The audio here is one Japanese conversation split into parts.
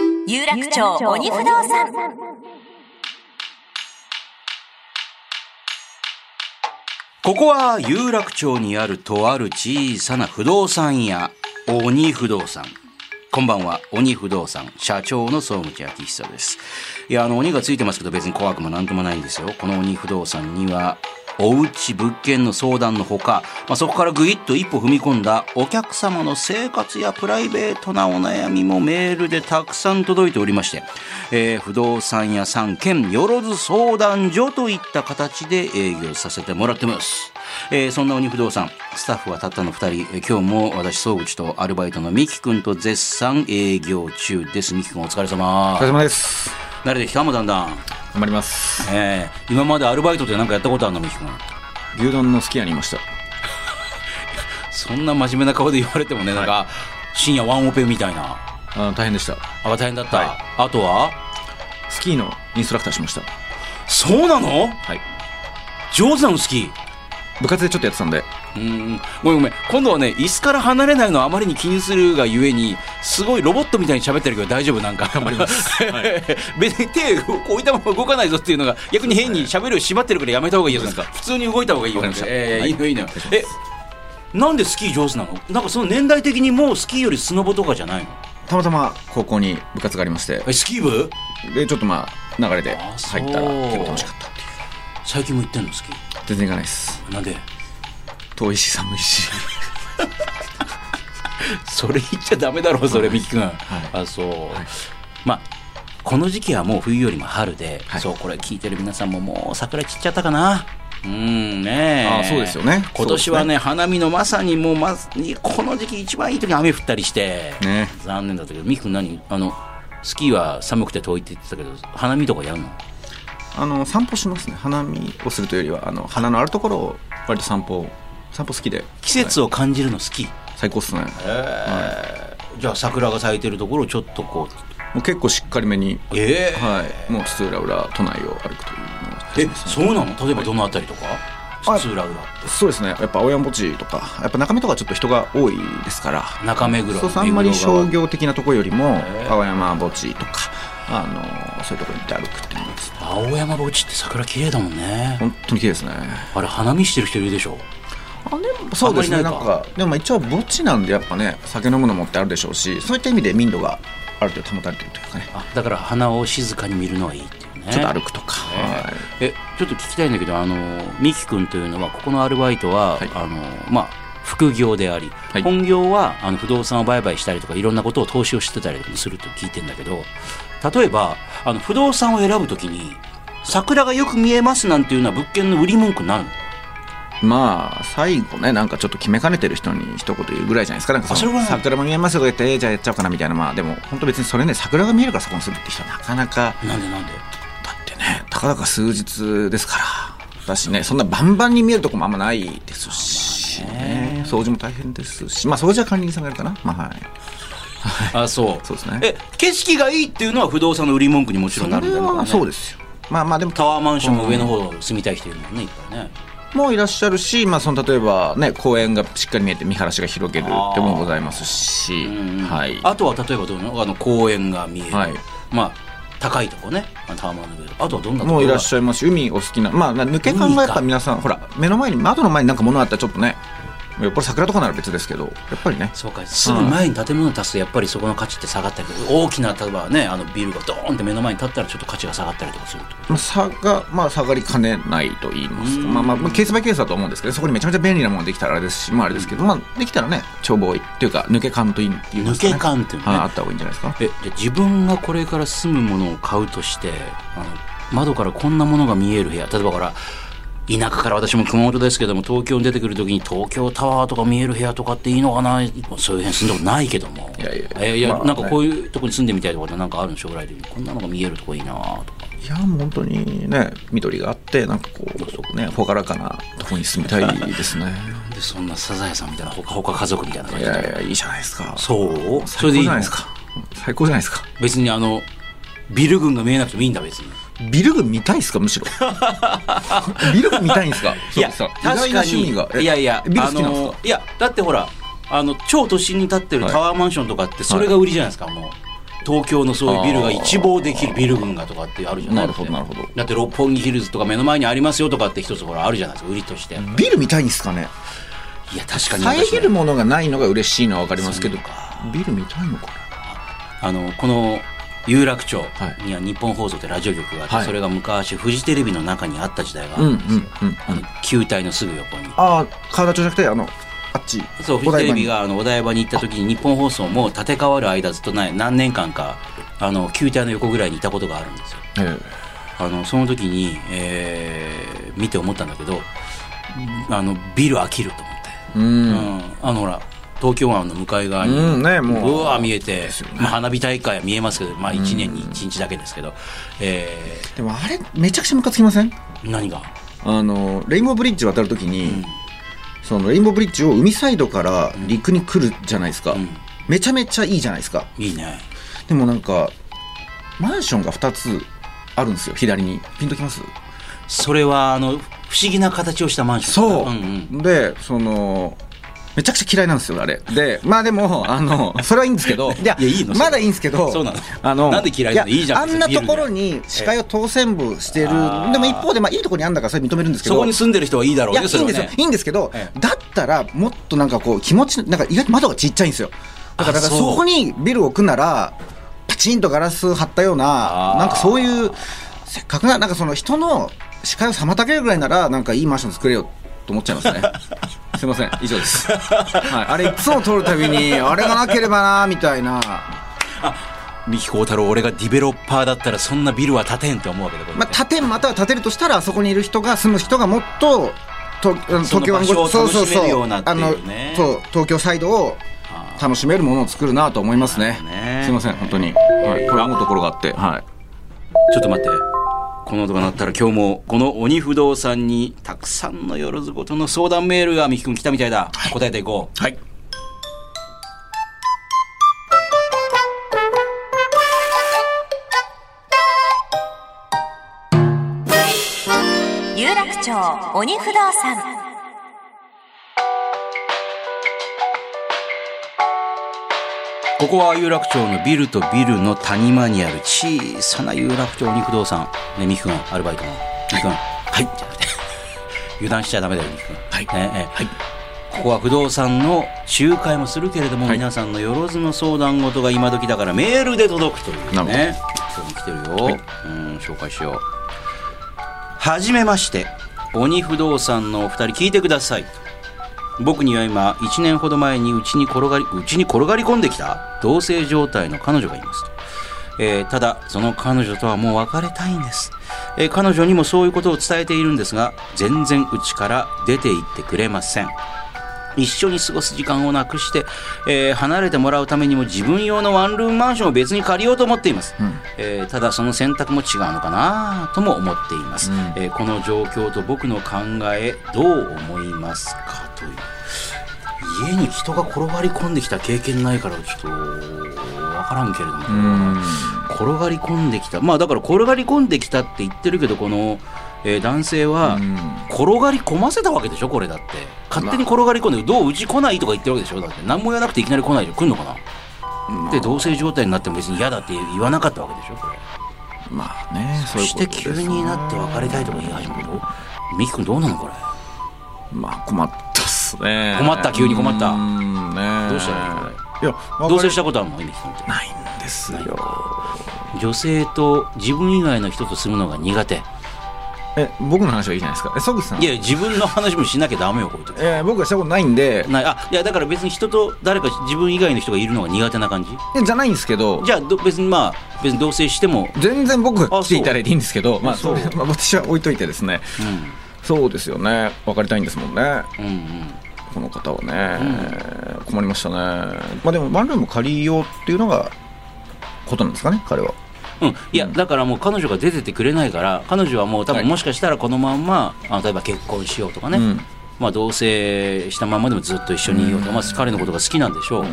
部長鬼不動産ここは有楽町にあるとある小さな不動産屋、鬼不動産。こんばんは、鬼不動産社長の総口昭久です。いや、あの、鬼がついてますけど別に怖くもなんともないんですよ。この鬼不動産には、おうち物件の相談のほか、まあ、そこからぐいっと一歩踏み込んだお客様の生活やプライベートなお悩みもメールでたくさん届いておりまして、えー不動産屋さん兼よろず相談所といった形で営業させてもらってます。えーそんな鬼不動産、スタッフはたったの2人、えー今日も私、総口とアルバイトのミキ君と絶賛営業中です。ミキ君お疲れ様お疲。れ様です。慣れてきたもうだんだん。頑張ります。えー今までアルバイトで何かやったことあるのミキ君。牛丼のすき家にいました。そんな真面目な顔で言われてもね、なんか、深夜ワンオペみたいな。あの大変でした。あ、大変だった。はいあとはスキーのインストラクターしました。そうなのはい。上手なの好き。部活でちょっとやってたんで、うーんごめんごめん今度はね椅子から離れないのをあまりに気にするがゆえにすごいロボットみたいに喋ってるけど大丈夫なんか頑張ります、 別に手を置いたまま動かないぞっていうのが逆に変に喋るを縛ってるからやめた方がいいよなんか普通に動いた方がいいよわかりましたえーはいいいのいいのお願いしますえなんでスキー上手なのなんかその年代的にもうスキーよりスノボとかじゃないのたまたま高校に部活がありまして、えスキー部で、ちょっとまあ、流れであそう入ったら結構楽しかったってい最近も行ってんのスキーう。全然行かないです。なんで遠いし寒いし。それ言っちゃダメだろうそれミキ君、いあそう、はいまあこの時期はもう冬よりも春で、はいそうこれ聞いてる皆さんももう桜散っちゃったかなうんねえあそうですよね今年はそうね花見のまさにもうまさにこの時期一番いい時に雨降ったりして、 ね。残念だったけどミキ君何あのスキーは寒くて遠いって言ってたけど花見とかやるのあの、散歩しますね。花見をするというよりは、あの、花のあるところを割と散歩、散歩好きで。季節を感じるの好き、最高っすね。じゃあ桜が咲いてるところをちょっとこもう結構しっかりめに、うええはい。もう津々浦々都内を歩くというのをしてえますねそうなの例えばどのあたりとかはい津々浦々そうですね、やっぱ青山墓地とか、やっぱ中目とかちょっと人が多いですから、中目黒そうそうあんまり目黒川商業的なところよりもえ、青山墓地とか、あのそういうところに行って歩くっていうのがですね、青山墓地って桜綺麗だもんね本当に綺麗ですね。あれ花見してる人いるでしょあでもそうですあね、んまなんりないかか、でもまあ一応墓地なんで、やっぱね、酒飲むのもってあるでしょうし、そういった意味で民度がある程度保たれてるというかね、あだから花を静かに見るのはいいっていうねちょっと歩くとか、はいえちょっと聞きたいんだけどあのミキ君というのはここのアルバイトは、はいあのまあ副業であり、い本業はあの不動産を売買したりとかいろんなことを投資をしてたりすると聞いてんだけど例えばあの不動産を選ぶときに桜がよく見えますなんていうのは物件の売り文句になるのまあ最後ねなんかちょっと決めかねてる人に一言言うぐらいじゃないですかなんかそあそれのは桜も見えますよとか言ってえーじゃあやっちゃおうかなみたいなまあでも本当別にそれね桜が見えるからそこにするって人はなかなかなんでなんでだってねたかだか数日ですからだしねそんなバンバンに見えるとこもあんまないですし、ね、掃除も大変ですしまあ掃除は管理人さんがやるかなまあはいあそうそうですねえ景色がいいっていうのは不動産の売り文句にもちろんなるんだろうまねあそうですよまあまあでもタワーマンションの上の方住みたい人いるもんねいっぱいねもいらっしゃるし、まあ、その例えば、ね、公園がしっかり見えて見晴らしが広げるってもございますし、はい、あとは例えばどうなのあの公園が見える、はいまあ高いとこねあのタワーマンの上あとはどんなとこもういらっしゃゃいますし海お好きなまあな抜け感がやっぱ皆さんほら目の前に窓の前になんか物あったらちょっとねやっぱり桜とかなら別ですけどやっぱりねそうかすぐ前に建物を建つとやっぱりそこの価値って下がったりとか大きな例えばねあのビルがドーンって目の前に建ったらちょっと価値が下がったりとかするとまあ差がまあ下がりかねないと言いますかまあまあまあケースバイケースだと思うんですけどそこにめちゃめちゃ便利なものができたらあれですしまああれですけどまあできたらね眺望っていうか抜け感といい言いますか、ね、抜け感っていうのねはいあった方がいいんじゃないですかえじゃあ自分がこれから住むものを買うとしてあの窓からこんなものが見える部屋例えばほら田舎から私も熊本ですけども東京に出てくる時に東京タワーとか見える部屋とかっていいのかなそういう辺住んだことないけどもいやいやえいや、まあなんかこういうとこに住んでみたいとかってなんかあるの将来的にこんなのが見えるとこいいなとかいやもう本当にね緑があってなんかこうね朗らかなとこに住みたいですねでそんなサザエさんみたいなほかほか家 族みたいな感いじでやいやいいじゃないですかそうそ最れ高でいいじゃのないですか最高じゃないですか別にあのビル群が見えなくてもいいんだ別にビル群見たいですかむし ろビル群見たいんですかいやそう確かにそう意外な趣味がえいやいやビル好きなんですのいやだってほらあの超都心に建ってるはいタワーマンションとかってそれが売りじゃないですか、もう東京のそういうビルが一望できるビル群がとかってあるじゃないなるほどなるほどだって六本木ヒルズとか目の前にありますよとかって一つほらあるじゃないですか売りとして、いビルみたいですかねや確かに私ね遮るものがないのが嬉しいのは分かりますけどビルみたいのかあのこの有楽町には日本放送ってラジオ局があって、はいそれが昔フジテレビの中にあった時代があなるうんうんんですよ、うんうんあの球体のすぐ横に。ああ体じゃなくてあのあっちそうフおジテ台レ場にビがあのお台場に行った時に日本放送も建て替わる間ずっとない何年間かあの球体の横ぐらいにいたことがあるんですよええあのその時に、えー見て思ったんだけどあのビル飽きると思って、ううんんあのほら東京湾の向かい側に、うんねもうわー見えて、すよねまあ、花火大会は見えますけど、まあ、1年に1日だけですけど、えでもあれめちゃくちゃムカつきませんー何があのレインボーブリッジ渡るときに、そのレインボーブリッジを海サイドから陸に来るじゃないですか、んめちゃめちゃいいじゃないですかいいねでもなんかマンションが2つあるんですよ左にピンときますそれはあの不思議な形をしたマンションそう、んうん、でそのめちゃくちゃ嫌いなんですよあれでまあでもあのそれはいいんですけどいや いやいいのまだいいんですけどそうなのあのなんで嫌いなのいいじゃんあんなところに視界を当選部してる、ーでも一方でまあいいところにあるんだからそれ認めるんですけそどこに住んでる人はいいだろういや、いねそれいんはですよね。いいんですけどえ、だったら、もっとなんかこう、気持ち、なんか意外と窓がちっちゃいんですよ。だから、あだからそうそこにビルを置くなら、パチンとガラス張ったようあーな、なんかそういう、せっかくな、なんかその人の視界を妨げるぐらいなら、なんかいいマンション作れよと思っちゃいます ね。すいません、以上です。はい、あれ、いつも通るたびに、あれがなければな、みたいな。三木幸太郎俺がディベロッパーだったらそんなビルは建てんと思うわけだこれねまあ、建てまたは建てるとしたら、あそこにいる人が、住む人がもっと、そとの東京湾場所をごそうそ楽うしめるそよう、うなっていあうのね、そう、東京サイドをあ楽しめるものを作るなと思いますね。ねすいません、本当に。はい、これ思うところがあって、はい。ちょっと待ってこの音が鳴ったら今日もこの鬼不動産にたくさんのよろずごとの相談メールが三木君来たみたいだ答えていこうはい。有楽町鬼不動産ここは有楽町のビルとビルの谷間にある小さな有楽町鬼不動産ね三木君アルバイトの三木君はいじゃなくて油断しちゃダメだよ三木君はいねええここは不動産の仲介もするけれども、はい皆さんのよろずの相談事が今時だからメールで届くというなるねそういうの来てるよ、うん紹介しようはじめまして鬼不動産のお二人聞いてください僕には今1年ほど前にうちに転がりうちに転がり込んできた同棲状態の彼女がいますとえーただその彼女とはもう別れたいんです、えー彼女にもそういうことを伝えているんですが全然うちから出て行ってくれません一緒に過ごす時間をなくして、えー離れてもらうためにも自分用のワンルームマンションを別に借りようと思っています、えーただその選択も違うのかなとも思っています、えーこの状況と僕の考えどう思いますかという家に人が転がり込んできた経験ないからちょっと分からんけれども、転がり込んできたまあだから転がり込んできたって言ってるけどこの、えー男性はうん転がり込ませたわけでしょこれだって勝手に転がり込んでどううち来ないとか言ってるわけでしょだって何も言わなくていきなり来ないで来んのかな、で同棲状態になっても別に嫌だって言わなかったわけでしょこれまあね、そそういうしこてとです急になって別れたいとか言い始めるのミキ君どうなのこれまあ困ったっすね。困った急に困ったうんね。どうしたらいいいや、同棲別したことあるのミキ君ってれないんですよ。女性と自分以外の人とするのが苦手え、僕の話はいいじゃないですか。え、ソグさん。いや自分の話もしなきゃダメよこういう時えー僕はしたことないんで、ないあいやだから別に人と誰か自分以外の人がいるのが苦手な感じえじゃないんですけど、じゃあど別にまあ別に同棲しても、全然僕あ来ていただいていいんですけど、まあ、そそうれまあ私は置いといてですね。そうですよね。別れたいんですもんね。うん、うんうんこの方はね、困りましたね、まあ、でもワンルーム借りようっていうのがことなんですかね彼はうん、いや、だからもう彼女が出てってくれないから彼女はもう多は分いもしかしたらこのまんま、あの例えば結婚しようとかね、うんまあ、同棲したままでもずっと一緒にいようと、まあ、彼のことが好きなんでしょう、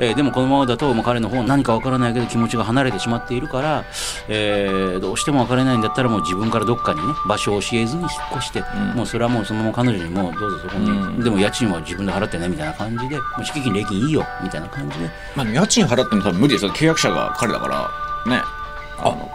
えーでもこのままだともう彼の方何か分からないけど気持ちが離れてしまっているから、えーどうしても別れないんだったらもう自分からどっかにね場所を教えずに引っ越して、もうそれはもうそのまま彼女にもうどうぞそこに、でも家賃は自分で払ってねみたいな感じでもう敷金礼金いいよみたいな感じでまあ、家賃払っても多分無理ですよ契約者が彼だからねあの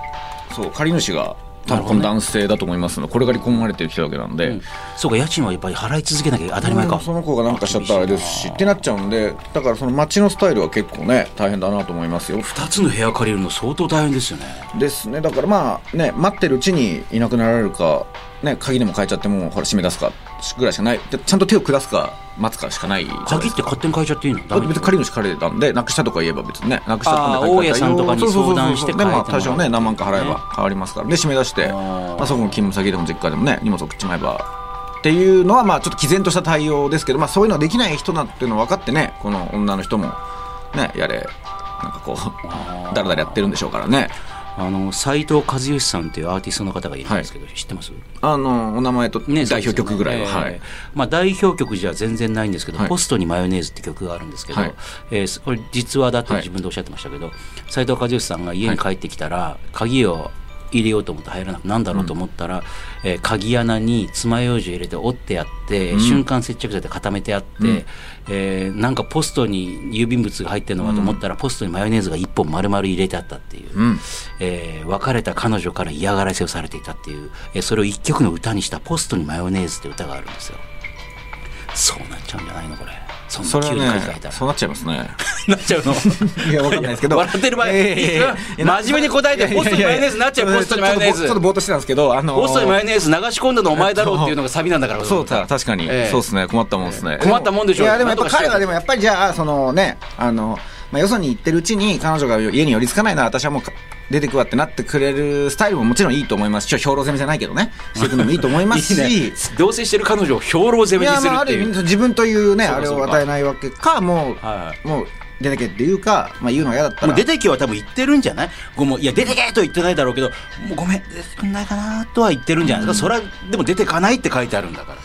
そう借り主が多分このな男性だと思いますのでこれが離婚まれてる人だけなんで、そうか家賃はやっぱり払い続けなきゃ当たり前か、うんその子がなんかしちゃったらあれですしってなっちゃうんでだからその街のスタイルは結構ね大変だなと思いますよ2つの部屋借りるの相当大変ですよねですねだからまあね待ってるうちにいなくなられるか、ね、鍵でも変えちゃってもうほら閉め出すかぐらいしかないでちゃんと手を下すか待つかしかないじゃないですか鍵って勝手に変えちゃっていいのだダメって別に借り主借りてたんでなくしたとか言えば別にねなくしたあー今度借大家りたさんとかにそうそうそうそう相談してでま変えあ多てもらう少ね何万か払えば変わりますからで締め出してあーまあそこの勤務先でも実家でもね荷物送っちまえばっていうのはまあちょっと毅然とした対応ですけどまあそういうのできない人なんていうの分かってねこの女の人もねやれなんかこうだらだらやってるんでしょうからねあの斉藤和義さんっていうアーティストの方がいるんですけど、知ってますあのお名前とね、代表曲ぐらいはそうはですよねいえーまあ、代表曲じゃ全然ないんですけど、はいポストにマヨネーズって曲があるんですけど、はいえーこれ実話だってはい自分でおっしゃってましたけど、斉藤和義さんが家に帰ってきたら、鍵を入れようと思って入らなくてなんだろうと思ったら、えー鍵穴に爪楊枝入れて折ってやって、瞬間接着剤で固めてあって、えーなんかポストに郵便物が入ってるのかと思ったら、ポストにマヨネーズが1本丸々入れてあったっていう、んえー別れた彼女から嫌がらせをされていたっていう、えーそれを一曲の歌にした「ポストにマヨネーズ」って歌があるんですよそうなっちゃうんじゃないのこれそそんれなは急に書いてあねげたら、そうなっちゃいますね なっちゃうのいやわかんないですけど笑ってる場合、いやいやいや真面目に答えて「ポストにマヨネーズ」になっちゃうポストにマヨネーちょっとぼちょっとズぼーっとしてたんですけど、あのーポストにマヨネーズ流し込んだのお前だろうっていうのがサビなんだからそうだ、確かに、ええそうですね、困ったもんですね。ええ困ったもんでしょういや、でもやっぱなんとかして彼はでもやっぱりじゃあ、そのね、あの、まあ、よそに行ってるうちに彼女が家に寄りつかないなら私はもうか出てくわってなってくれるスタイルももちろんいいと思いますし、兵糧攻めじゃないけどね、していくのもいいと思いますし、 いいね同棲してる彼女を兵糧攻いめにや、するまあ、あっるて意い味う。自分というね、そうあかれそうをか与えないわけか、もう、はもう出てけっていうか、まあ言うのが嫌だったもら。う出てきは多分言ってるんじゃないごもういや出てけとは言ってないだろうけどもうごめん出てくんないかなとは言ってるんじゃないですか、それはでも出てかないって書いてあるんだから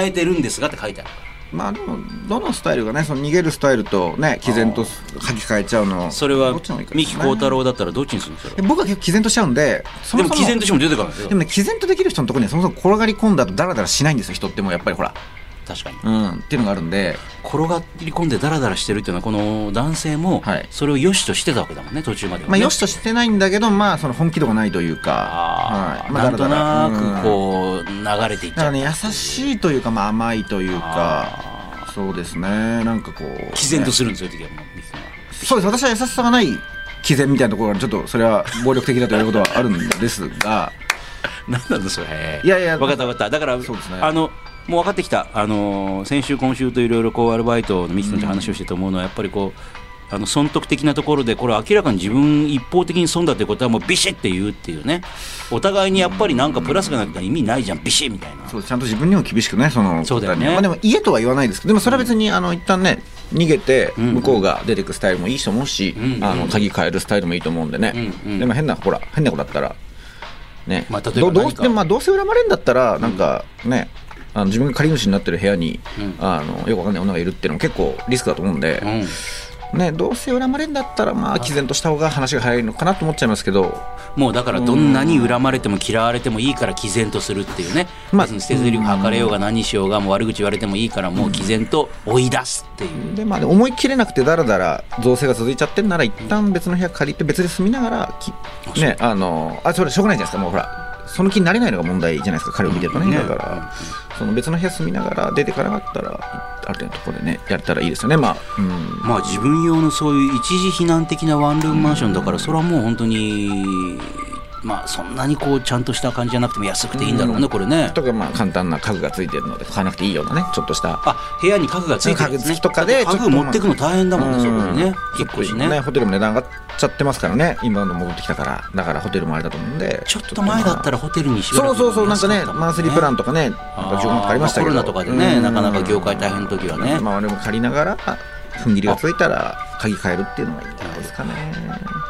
伝えてるんですがって書いてあるからまあでも、どのスタイルがね、その逃げるスタイルとね、毅然と書き換えちゃうの。それはどっちの方がいいかで三す木ね孝太郎だったらどっちにするんですかで僕は結構毅然としちゃうんで、そでももそも毅然としても出てかないですよでもね、毅然とできる人のところにはそもそも転がり込んだとダラダラしないんですよ、人ってもうやっぱりほら。確かにうん、っていうのがあるんで、転がり込んでダラダラしてるっていうのはこの男性もはいそれを良しとしてたわけだもんね途中まではねまあ、よしとしてないんだけど、まあ、その本気度がないというあか、はーいまあ、なんとなダラダラくうんこう流れていっちだかゃらうね、優しいというか、まあ、甘いというか、そうですね、なんかこう。毅然とねするんですよ時はもう三木君はそうです、私は優しさがない毅然みたいなところが、ちょっとそれは暴力的だということはあるんですが、何なんだそれいやいや分かった分かっただからそうですねあのもう分かってきたあのー先週今週といろいろこうアルバイトのミキ君と話をしてて思うのはやっぱりこうあの損得的なところでこれ明らかに自分一方的に損だということはもうビシッて言うっていうねお互いにやっぱりなんかプラスがなくて意味ないじゃんビシッみたいなそうちゃんと自分にも厳しくね、そのそうだよねまあ、でも家とは言わないですけど、でもそれは別に、あの一旦ね、逃げて、ん向こうが出てくスタイルもいいと思うし、うんあの鍵変えるスタイルもいいと思うんでね、うんうんでも変な、ほら、変な子だったら、ね、まあ例えばどど何うかでもまあどうせ恨まれるんだったら、なんかね、あの自分が借り主になってる部屋に、うんあのよくわかんない女がいるっていうのも結構リスクだと思うんで、うんね、どうせ恨まれるんだったら、まあ、毅然とした方が話が早いのかなと思っちゃいますけど、もうだからどんなに恨まれても嫌われてもいいから毅然とするっていうね、まあ別に捨て台詞測れようが何しようがもう悪口言われてもいいからもう毅然と追い出すっていうでまあ、思い切れなくてだらだら造成が続いちゃってんなら一旦別の部屋借りて別で住みながらきねあのあそれしょうがないじゃないですかもうほらその気になれないのが問題じゃないですか彼を見てるとね、ねだから、その別の部屋住みながら出てからだったらある程度のところでねやれたらいいですよねまあ、うん、まあ自分用のそういう一時避難的なワンルームマンションだからそれはもう本当にまあそんなにこうちゃんとした感じじゃなくても安くていいんだろうねこれねとかまあ簡単な家具がついてるので買わなくていいようなねちょっとしたあ部屋に家具がついてるんですね家具付きとかで家ちょっと具持ってくの大変だもんねそこにうねん引っ越しちょっとねホテルも値段上がっちゃってますからね今の戻ってきたからだからホテルもあれだと思うんでちょっと前だったらホテルにしばらそくうそうそうなんかね安かったもんマンスリープランとかねなんか15万かかりましたけどあーまあコロナとかでねうんなかなか業界大変な時はねまあ俺も借りながら踏ん切りがついたら鍵変えるっていうのがいいんじゃないですかね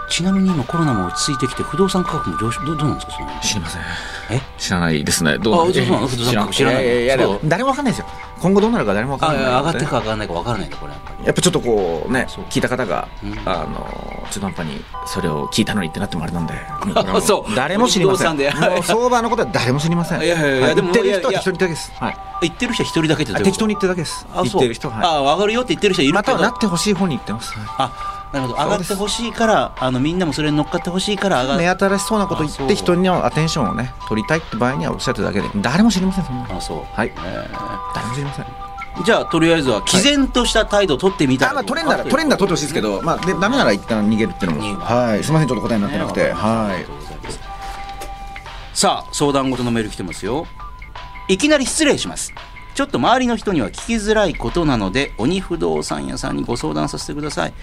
ちなみに今コロナも落ち着いてきて不動産価格も上昇どどうなんですかその知りませんえ知らないですね。どうあそうなの不動産価格知らないいやいやいやそう誰もわかんないですよ。今後どうなるか誰もわかあんない。上がってるか上がらないか分からないんだこれやっぱりやっぱちょっとこうねそう、聞いた方が、うんあの、中途半端にそれを聞いたのにってなってもあれなんで、もうこれはもう そう誰も知りません。不動産でもう相場のことは誰も知りません。 いやいやいやはでも言ってる人はいや一いや人だけです。はい。言ってる人は一人だけってどういう適こと当に言ってるだけです。あ言そうってる人は。はいあ上がるよって言ってる人いるまけたはどなってほしい方に行ってます。はいあなるほどそ上うがっですてほしいからあのみんなもそれに乗っかってほしいから上が目る新しそうなこと言あっそうて人にアテンションをね取りたいって場合にはおっしゃってるだけで誰も知りませんそんなのあそうはいえー誰も知りませんあじゃあとりあえずは毅然とした態度を取ってみたらまあ取れんなら取れんなら取ってほしいですけどまあでダメなら一旦逃げるっていうの逃げるもはいすみませんちょっと答えになってなくてねわかりましたありはがとうございますさあ相談事のメール来てますよいきなり失礼しますちょっと周りの人には聞きづらいことなので鬼不動産屋さんにご相談させてください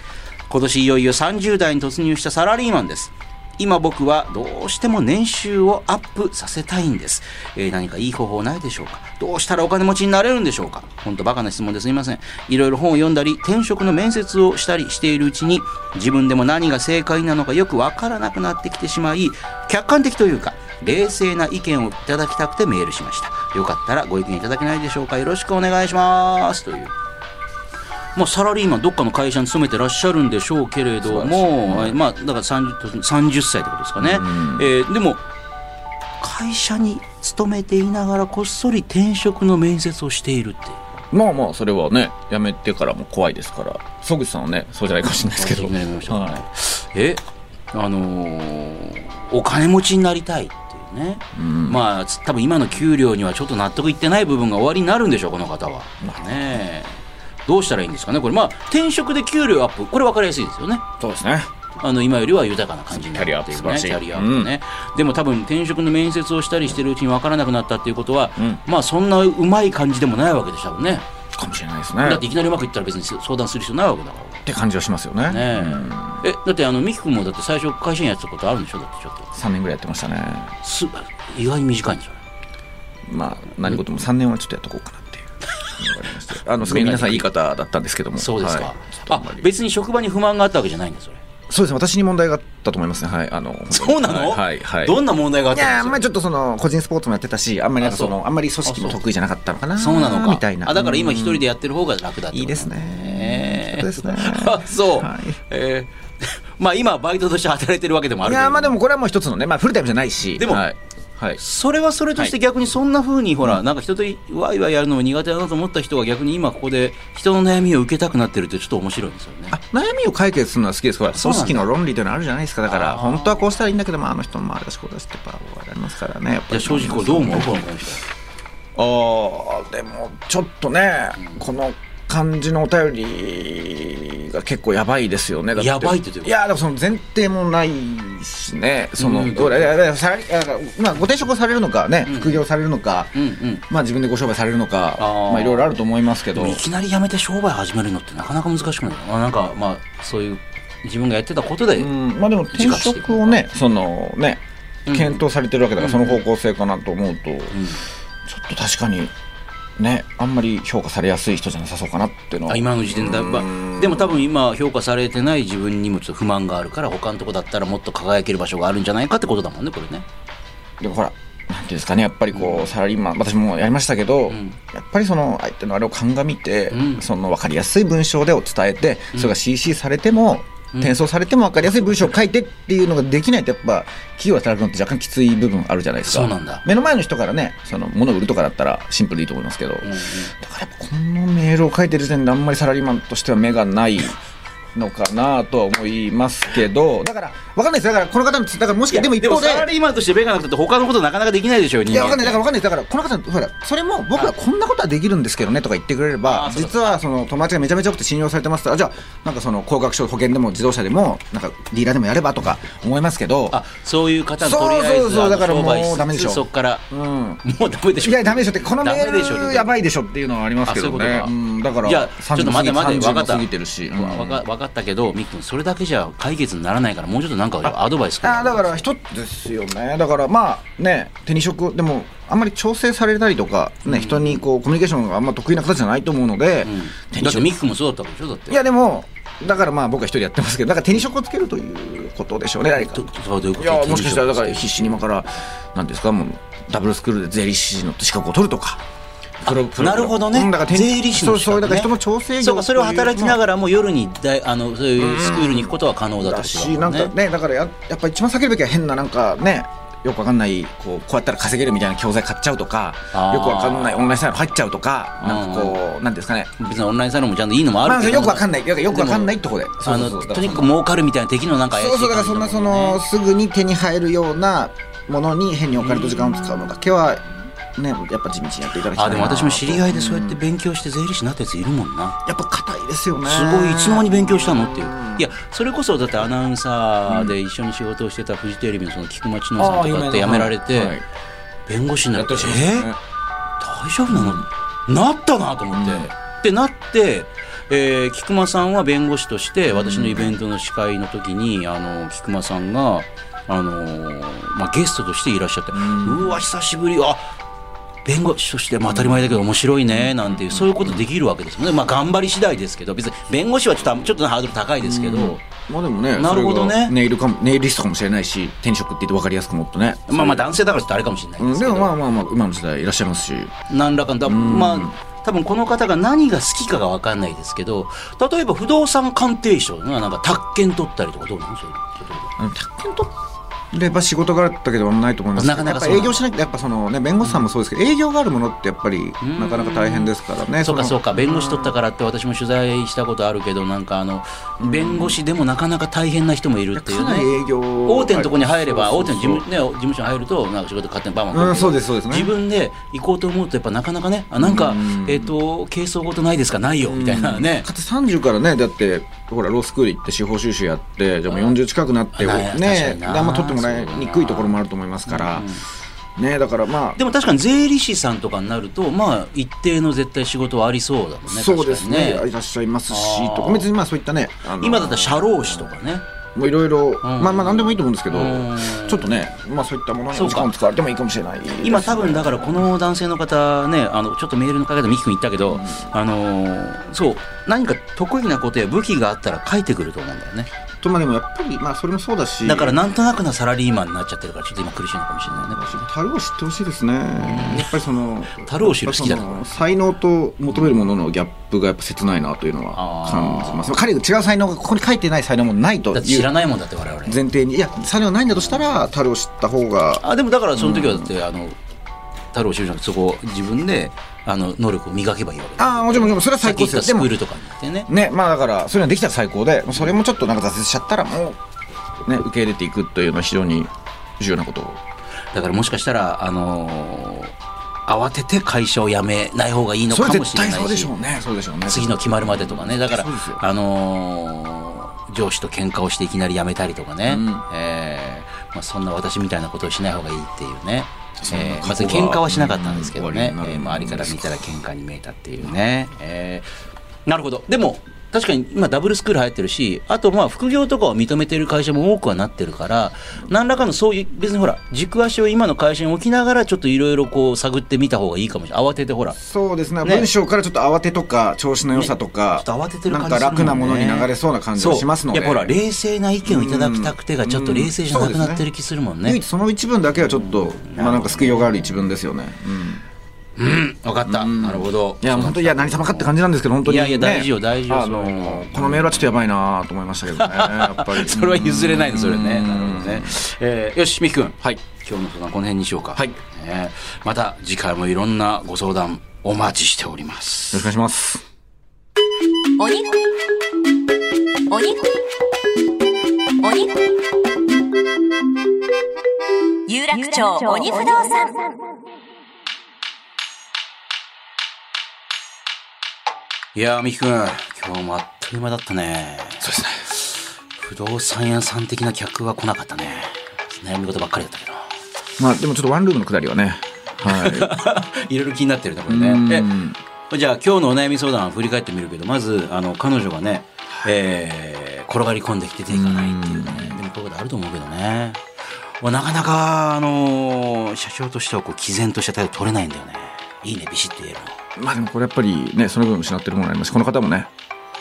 今年いよいよ30代に突入したサラリーマンです今僕はどうしても年収をアップさせたいんです、えー何かいい方法ないでしょうかどうしたらお金持ちになれるんでしょうか本当バカな質問ですいませんいろいろ本を読んだり転職の面接をしたりしているうちに自分でも何が正解なのかよくわからなくなってきてしまい客観的というか冷静な意見をいただきたくてメールしましたよかったらご意見いただけないでしょうかよろしくお願いしますというまあ、サラリーマンどっかの会社に勤めてらっしゃるんでしょうけれどそうですも、はいまあ、だから 30, 30歳ってことですかね、えーでも会社に勤めていながらこっそり転職の面接をしているっていまあまあそれはねやめてからも怖いですから曽口さんはねそうじゃないかもしれないですけど気になりましたねはえあのーお金持ちになりたいっていうね、まあつ多分今の給料にはちょっと納得いってない部分が終わりになるんでしょうこの方はねえどうしたらいいんですかねこれまあ転職で給料アップこれ分かりやすいですよねいそうですねあの今よりは豊かな感じになるっていうキャリねアアップ素晴らしいキャリアアップね、でも多分転職の面接をしたりしてるうちに分からなくなったっていうことは、んまあそんなうまい感じでもないわけでしたもんね、かもしれないですだねっていきなりうまくいったら別に相談する必要ないわけだかって感じはしますよねらね、えだってあのミキ君もだって最初会社員やってたことあるんでしょだってちょっと3年ぐらいやってましたねす意外に短いんですよまあ何事も3年はちょっとやっとこうかなっていう わかりましたあのすごい皆さんいい方だったんですけどもそうですか、はいちょっとああんまり別に職場に不満があったわけじゃないんだそれそうですね私に問題があったと思いますねはいあの本当にそうなの、はいはい、はいどんな問題があっいやたあんんまですりかちょっとその個人スポーツもやってたしあんまりなんかそあそのうあんまり組織も得意じゃなかったのかなそうなのかみたいなあだから今うん一人でやってる方が楽だってこといいですねえそうですねあ そう、はいえー まあ今はバイトとして働いてるわけでもあいるけれやどまあでもこれはもう一つのねまあフルタイムじゃないしでもはい、はい、それはそれとして逆にそんな風にほら、なんか人とワイワイやるのも苦手だなと思った人が逆に今ここで人の悩みを受けたくなってるってちょっと面白いですよねあ悩みを解決するのは好きですからそう組なんだ織の論理というのはあるじゃないですかだからあー本当はこうしたらいいんだけどまああの人もあれだしこうだしってやっぱ終わりますからねやっぱじゃあり正直これどう思うこの人あーでもちょっとね、この感じのお便りが結構やばいですよねだやばいってどういうこといやでもその前提もないしねその、うんどれいやいやサラリだからまあ、ご転職をされるのかね、副業されるのか、うんうんまあ、自分でご商売されるのかあーまあ、いろいろあると思いますけでどもいきなり辞めて商売始めるのってなかなか難しくないあなんかまあそういう自分がやってたことで、うんまあ、でも転職をねそのねうん検討されてるわけだから、その方向性かなと思うと、ちょっと確かにねあんまり評価されやすい人じゃなさそうかなっていうのはあ今の時点で、まあ、でも多分今評価されてない自分にもちょっと不満があるから他のとこだったらもっと輝ける場所があるんじゃないかってことだもんねこれねでもほらなんていうんですかねやっぱりこうサラリーマン私もやりましたけど、んやっぱりその相手のあれを鑑みて、うんその分かりやすい文章でを伝えて、それが CC されても、転送されても分かりやすい文章を書いてっていうのができないとやっぱ企業で働くのって若干きつい部分あるじゃないですかそうなんだ目の前の人からねその物を売るとかだったらシンプルでいいと思いますけど、だからやっぱこのメールを書いてる時点であんまりサラリーマンとしては目がないのかなとは思いますけどだから分かんないですだからこの方のだからもしかでも一方でサラリーマンとしてベガなくて他のことなかなかできないでしょういや、わかんない、だからわかんない、だから、この方、ほら、それも僕はこんなことはできるんですけどねとか言ってくれれあば、そうだ実はその友達がめちゃめちゃ多くて信用されてますから、じゃあ、なんかその高額証保険でも自動車でも、なんかリーダーでもやればとか思いますけど、あそういう方のとりあえそうそうずそうだあのから商売しもうダメつでしつょそこからうん。もうダメでしょいや、ダメでしょって、このメダメでしょールやばいでしょっていうのはありますけどあそういうねこ。とかうんだから、じゃあちょっと待て待て30分かった過ぎてるし。うんわかわかったけどミック君それだけじゃ解決にならないからもうちょっとなんかアドバイスくれあーだから一つですよね、だからまあね、手に職、でもあんまり調整されたりとか、ね人にこうコミュニケーションがあんま得意な方じゃないと思うので、うん手だにって職ミック君もそうだったわけでしょだっていやでもだからまあ僕は一人やってますけどだから手に職をつけるということでしょうね誰かどどういうこといやもしかしたらだから必死に今からなんですかもうダブルスクールで税理士の資格を取るとかプロプロなるほどね、うんだから手に税理士の資格そうそうだかねら人の調整業そうかそれを働きならがらも夜にだいあのそういうスクールに行くことは可能だとだしてしだなもんんねかねだからややっぱ一番避けるべきは変ななんかねよくわかんないこうこうやったら稼げるみたいな教材買っちゃうとかあーよくわかんないオンラインサロン入っちゃうとかなんかこうなんですかね別にオンラインサロンもちゃんといいのもあまるあけど、よくわかんないよくよくわかんないでもとこであのとにかく儲かるみたいな敵のなんか怪しいそうそうだからそんなそのすぐに手に入るようなものに変にお金と時間を使うのだけはねやっぱ地道にやっていただきたいなあでも私も知り合いでそうやってん勉強して税理士になったやついるもんなやっぱ硬いですよねすごいいつの間に勉強したのっていううんいやそれこそだってアナウンサーで一緒に仕事をしてたフジテレビのその菊間千乃あさんあと有名かなって辞められて、はい弁護士になっやっててほしいですねえ大丈夫なの、なったなと思って、うんってなって、えー菊間さんは弁護士として私のイベントの司会の時に、あの菊間さんが、あのーまあ、ゲストとしていらっしゃって、うわ久しぶりあ弁護士として、まあ、当たり前だけど面白いねなんていうそういうことできるわけですもんね、まあ、頑張り次第ですけど別に弁護士はちょっとちょっとハードル高いですけど、まあでもねなるほどねそれがネイルかもネイリストかもしれないし転職って言って分かりやすくもっとねまあまあ男性だからちょっとあれかもしれないうんですけでど、もまあまあまあ今の時代いらっしゃいますし何らかのだまあ多分この方が何が好きかが分かんないですけど例えば不動産鑑定士とかなんか宅建取ったりとかどうなのそういうあの宅建取れば仕事があったけどないと思いますなかなかやっそうなぱ営の業しなきゃやっぱそのね弁護士さんもそうですけど、営業があるものってやっぱりんなかなか大変ですからねそうかのそうか弁護士取ったからって私も取材したことあるけどなんかあの弁護士でもなかなか大変な人もいるっていかうなりね営業大手のところに入ればそう大そ手うの事そう務,、ね、事務所に入るとなんか仕事勝手にバンバン来るけどうんそうですそうですね自分で行こうと思うとやっぱなかなかねあなんかうんえっ、と係争事ないですかないよみたいなねかつ30からねだってほらロースクール行って司法修習やってじゃあもう40近くなってあない確かねにでなあんま取ってもらいにくいところもあると思いますから、ねだからまあでも確かに税理士さんとかになると、まあ、一定の絶対仕事はありそうだもんね、そうですね確かにいらっしゃいますあしーとか別にまあそういったねあの今だったら社労士とかね、もういろいろまあまあ何でもいいと思うんですけどうんちょっとねまあそういったものにそうおか時間を使われてもいいかもしれない今、多分だからこの男性の方ね、あのちょっとメールのかけでミキ君言ったけど、あのーそう、何か得意なことや武器があったら書いてくると思うんだよね、とまあでもやっぱりまあそれもそうだしだからなんとなくなサラリーマンになっちゃってるから、ちょっと今、苦しいのかもしれないね、こ樽を知ってほしいですね、やっぱりその樽を知る好きだなやっぱその才能と求めるもののギャップがやっぱ切ないなというのは感じます彼が違う才能がここに書いてない才能もないとれだってい知らうないもんだって、我々前提にいや才能ないんだとしたら樽を知った方があでもだからその時はだって、あの太郎修士さんそこ自分であの能力を磨けばいいわけだああもちろんもちろんそれはさっき最高言でったすスよクでーもルとかに行ってねねまあだからそういうのできたら最高でそれもちょっとなんか挫折しちゃったらもうね受け入れていくというのは非常に重要なことだからもしかしたら、あのー慌てて会社を辞めない方がいいのそかれもし絶れな対そういでししょうねそうでしょうね次の決まるまでとかねだからそうですよ、あのー上司と喧嘩をしていきなり辞めたりとかね、うんえーまあ、そんな私みたいなことをしない方がいいっていうね。そんなえー、過去がまず喧嘩はしなかったんですけどねうん終、わりえーにまあ、なる周りから見たら喧嘩に見えたっていうね、えーなるほどでも確かに今ダブルスクール流行ってるしあとまあ副業とかを認めてる会社も多くはなってるから何らかのそういう別にほら軸足を今の会社に置きながらちょっといろいろこう探ってみた方がいいかもしれない慌ててほらそうですねね文章からちょっと慌てとか調子の良さとか、ちょっと慌ててる感じなんするかもんね楽なものに流れそうな感じがしますのでそうやっぱほら冷静な意見をいただきたくてがちょっと冷静じゃなくなってる気するもんね唯一その一文だけはちょっと、まあなんか救いようがある一文ですよね、分かったなるほどいや本当いや何様かって感じなんですけど本当に、いやいやね大事よ大事よあのそういうのこのメールはちょっとやばいなと思いましたけどね やっぱりそれは譲れないねそれねうんなるほどね、えーよしみきくん、はい、今日の相談この辺にしようか、はいねえまた次回もいろんなご相談お待ちしておりますよろしくお願いしますお肉お肉お肉有楽町鬼不動産いやーみきくん今日もあっという間だったねそうですね不動産屋さん的な客は来なかったね悩み事ばっかりだった けどまあでもちょっとワンルームのくだりはねはいろいろ気にな ってるねこれい、ねえうんじゃあ今日のお悩み相談を振り返ってみるけどまずあの彼女がね、えー転がり込んできて手がないっていうねでもこういうことあると思うけどねなかなかあのー社長としてはこう毅然とした態度取れないんだよねいいねビシッと言えるのまあでもこれやっぱりねその分失ってるものがありますしこの方もね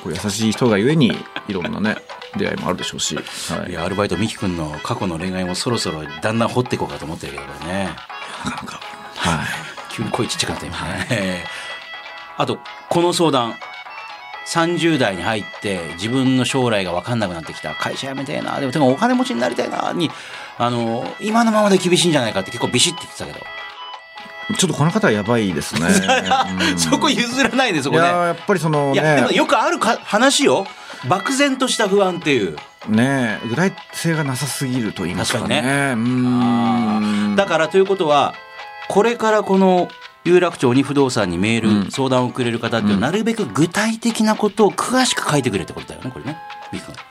こう優しい人がゆえにいろんなね出会いもあるでしょうし、はいい、やアルバイトミキ君の過去の恋愛もそろそろだんだん掘っていこうかと思ってるけどこれねなかなかはい急に声ちっちゃくなった今ねえーあとこの相談30代に入って自分の将来が分かんなくなってきた会社辞めたいなでもでもお金持ちになりたいなにあの今のままで厳しいんじゃないかって結構ビシッて言ってたけど、ちょっとこの方はやば いですね、うんそこ譲らないでそいこねやーやっぱりそのいやでもねよくあるか話よ漠然とした不安っていうね具体性がなさすぎると言いますかね確うーんだからということはこれからこの有楽町に不動産にメール、うん相談をくれる方っていうのはうんなるべく具体的なことを詳しく書いてくれってことだよねこれねみーくんか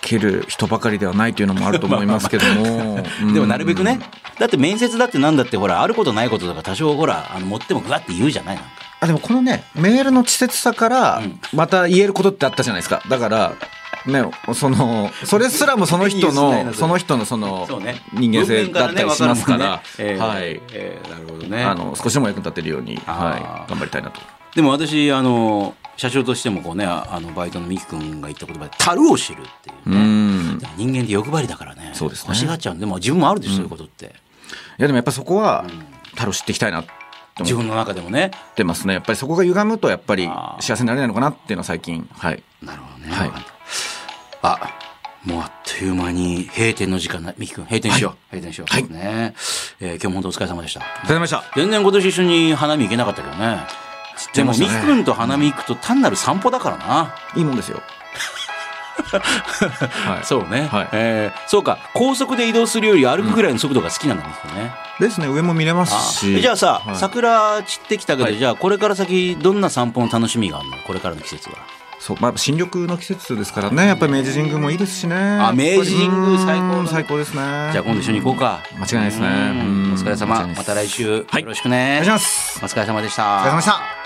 ける人ばかりではないというのもあると思いますけど もでもなるべくね、だって面接だってなんだってほらあることないこととか多少ほらあの持ってもグワって言うじゃないなんかあでもこのねメールの稚拙さからうんまた言えることってあったじゃないですかだからねそのそれすらもその 人いいですねのその人のその人間性だったりしますから文面からはねいわかるもんねえーえーなるほどねあの少しでも役に立てるように、あはーい、頑張りたいなとでも私あの社長としてもこうねああのバイトのミキ君が言った言葉で「樽を知る」っていううね、んでも人間って欲張りだからねそうですね欲しがっちゃうんでも自分もあるでしょ、そういうことっていやでもやっぱそこは太郎知っていきたいなと自思っ分の中でもねてますねやっぱりそこが歪むとやっぱりあー幸せになれないのかなっていうのは最近はいなるほどね、はいあもうあっという間に閉店の時間だミキ君閉店しよう、閉店しよう、はいねえー今日も本当お疲れ様でしたありがとうございました全然今年一緒に花見行けなかったけどねでもましたミねキ君と花見行くと単なる散歩だからな、いいもんで すよはいそうね、はいえーそうか高速で移動するより歩くぐらいの速度が好きなんだミキ君ねですね上も見れまあすしじゃあさ、はい桜散ってきたけど、はいじゃあこれから先どんな散歩の楽しみがあるのこれからの季節は、そう、まあ、新緑の季節ですからね、やっぱり明治神宮もいいですしね。あ明治神宮最高だね最高ですね。じゃあ今度一緒に行こうか間違いないですねうんうんお疲れ様間違いないですまた来週よはいろしくね、お願いします。お疲れ様でしおた疲れ様でした。